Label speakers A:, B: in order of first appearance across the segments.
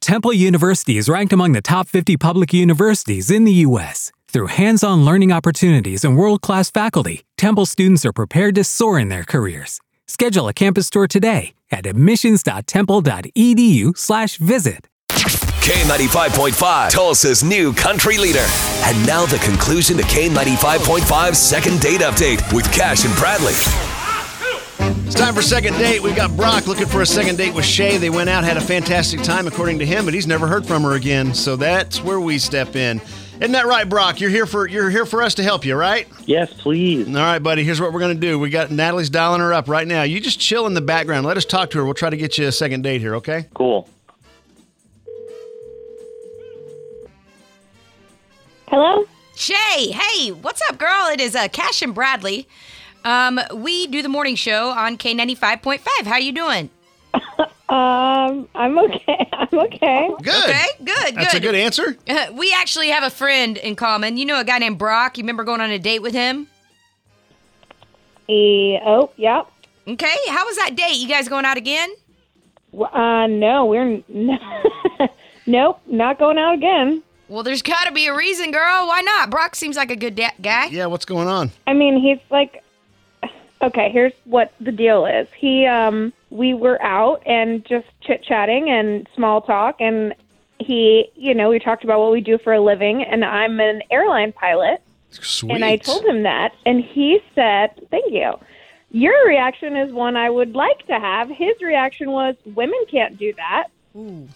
A: Temple University is ranked among the top 50 public universities in the U.S. Through hands on learning opportunities and world class faculty, Temple students are prepared to soar in their careers. Schedule a campus tour today at E admissions.temple.edu/slash visit.
B: K95.5, Tulsa's new country leader. And now the conclusion to K95.5's second date update with Cash and Bradley.
C: It's time for second date. We've got Brock looking for a second date with Shay. They went out, had a fantastic time, according to him, but he's never heard from her again. So that's where we step in. Isn't that right, Brock? You're here for you're here for us to help you, right?
D: Yes, please.
C: All right, buddy. Here's what we're gonna do. We got Natalie's dialing her up right now. You just chill in the background. Let us talk to her. We'll try to get you a second date here, okay?
D: Cool.
E: Hello?
F: Shay, hey, what's up, girl? It is uh, Cash and Bradley. Um, we do the morning show on K ninety five point five. How you doing?
E: Um, I'm okay. I'm okay.
C: Good.
F: Okay, good,
C: That's a
F: good.
C: good answer.
F: Uh, we actually have a friend in common. You know a guy named Brock. You remember going on a date with him?
E: E- oh, yep.
F: Okay, how was that date? You guys going out again?
E: W- Uh, no, we're no, nope, not going out again.
F: Well, there's got to be a reason, girl. Why not? Brock seems like a good da- guy.
C: Yeah, what's going on?
E: I mean, he's like, okay. Here's what the deal is. He, um, we were out and just chit chatting and small talk, and he, you know, we talked about what we do for a living, and I'm an airline pilot.
C: Sweet.
E: And I told him that, and he said, "Thank you." Your reaction is one I would like to have. His reaction was, "Women can't do that."
C: Oh.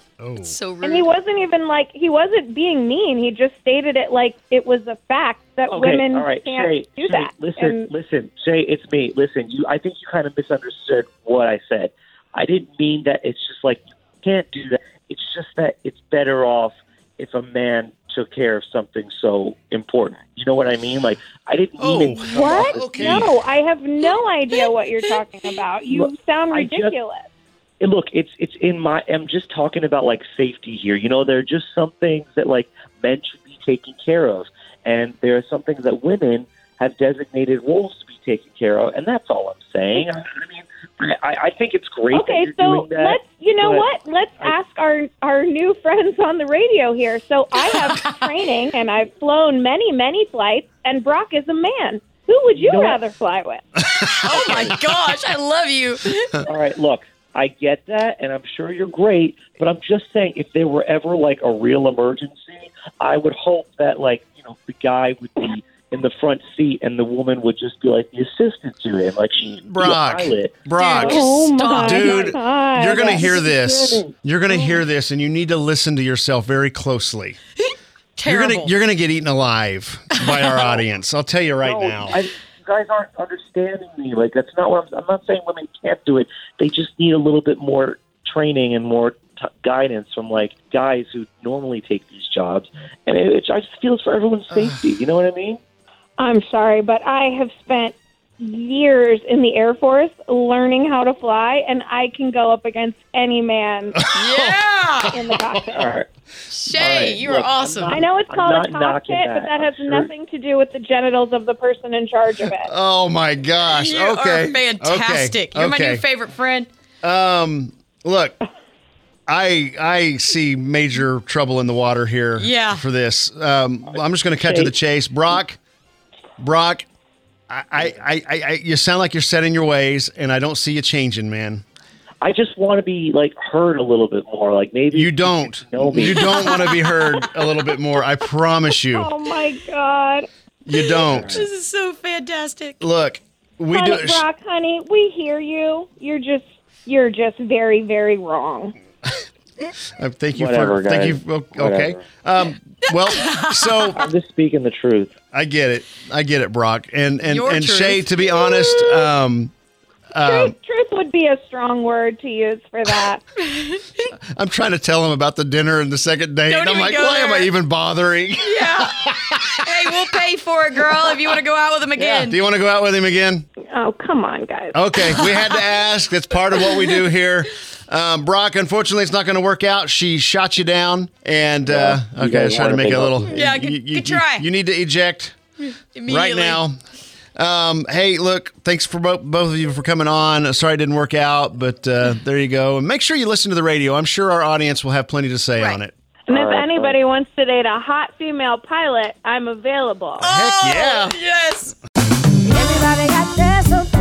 F: So rude.
E: And he wasn't even like he wasn't being mean. He just stated it like it was a fact that
D: Okay,
E: women
D: all right.
E: can't
D: Shay,
E: do
D: Shay,
E: that.
D: listen,
E: And-
D: listen, Shay, it's me. Listen, you. I think you kind of misunderstood what I said. I didn't mean that. It's just like you can't do that. It's just that it's better off if a man took care of something so important. You know what I mean? Like I didn't mean
C: Oh.
D: it.
E: what?
C: Okay.
E: No, I have no idea what you're talking about. You
D: Look,
E: sound
D: I just-
E: ridiculous.
D: And look, it's it's in my. I'm just talking about like safety here. You know, there are just some things that like men should be taken care of, and there are some things that women have designated roles to be taken care of, and that's all I'm saying. I I mean, I, I think it's great. that
E: Okay,
D: you're
E: so
D: doing that.
E: let's you know
D: but
E: what? Let's
D: I-
E: ask our our new friends on the radio here. So I have training and I've flown many many flights, and Brock is a man. Who would you
D: know what?
E: rather fly with?
F: oh my gosh, I love you.
D: All right, look, I get that, and I'm sure you're great, but I'm just saying if there were ever like a real emergency, I would hope that like you know the guy would be in the front seat and the woman would just be like the assistant to him, like she's a
C: Brock.
D: pilot.
C: Brock.
E: Oh my
F: Stop.
C: Dude,
E: God.
F: Oh,
C: You're going to hear this.
D: kidding.
C: You're going to hear this, and you need to listen to yourself very closely.
F: Terrible.
C: You're gonna you're gonna get eaten alive by our audience. I'll tell you right
D: No,
C: now.
D: I, you guys aren't understanding me. Like that's not what I'm. I'm not saying women can't do it. They just need a little bit more training and more t- guidance from like guys who normally take these jobs. And it, it, I just feel it's for everyone's safety. You know what I mean?
E: I'm sorry, but I have spent years in the Air Force learning how to fly, and I can go up against any man
F: yeah,
E: in the cockpit.
D: All right.
F: Shay,
D: right,
F: you are
D: look, I'm
F: awesome.
E: I know it's
D: I'm
E: called a
D: not knocking
E: cockpit, but
D: that.
E: that
D: I'm
E: has
D: sure-
E: nothing to do with the genitals of the person in charge of it.
C: Oh my gosh.
F: You
C: okay.
F: are fantastic.
C: Okay.
F: You're my new
C: okay.
F: favorite friend.
C: Um, look, I I see major trouble in the water here.
F: Yeah.
C: For this, um, I'm just going to cut to the chase. Brock, Brock, I, I, I, I, you sound like you're set in your ways, and I don't see you changing, man.
D: I just want to be like heard a little bit more. Like maybe
C: You don't.
D: know me.
C: You don't want to be heard a little bit more. I promise you,
E: Oh my God.
C: you don't.
F: This is so fantastic.
C: Look, we
E: honey,
C: do.
E: Brock, honey, we hear you. You're just, you're just very, very wrong.
C: Uh, thank you
D: Whatever,
C: for. Thank you.
D: guys.
C: for- Okay.
D: Whatever.
C: Um, well, so
D: I'm just speaking the truth.
C: I get it. I get it, Brock. And and
F: Your
C: and
F: truth.
C: Shay, to be honest, um, um,
E: truth, truth would be a strong word to use for that.
C: I'm trying to tell him about the dinner and the second date.
F: Don't
C: and I'm
F: even
C: like,
F: go
C: why am I
F: there."
C: even bothering?
F: Yeah. hey, we'll pay for it, girl, if you want to go out with him
C: Yeah.
F: again.
C: Do you want to go out with him again?
E: Oh, come on, guys.
C: Okay, we had to ask. That's part of what we do here. Um, Brock, unfortunately, it's not going to work out. She shot you down, and uh,
D: you
C: okay, I
D: guys
C: was trying to
D: wanna
C: make
D: make
C: it a
D: up
C: little.
D: for it.
F: Yeah, good-
C: you, you-
F: good try.
C: You, you need to eject right
F: Immediately.
C: now. Um, hey, look, thanks for both, both of you for coming on. Sorry it didn't work out, but uh, there you go. And make sure you listen to the radio. I'm sure our audience will have plenty to say
F: Right.
C: on it.
E: And if
D: All right,
E: anybody wants to date a hot female pilot, I'm available.
C: Heck yeah.
F: Yes.
G: Everybody got their something.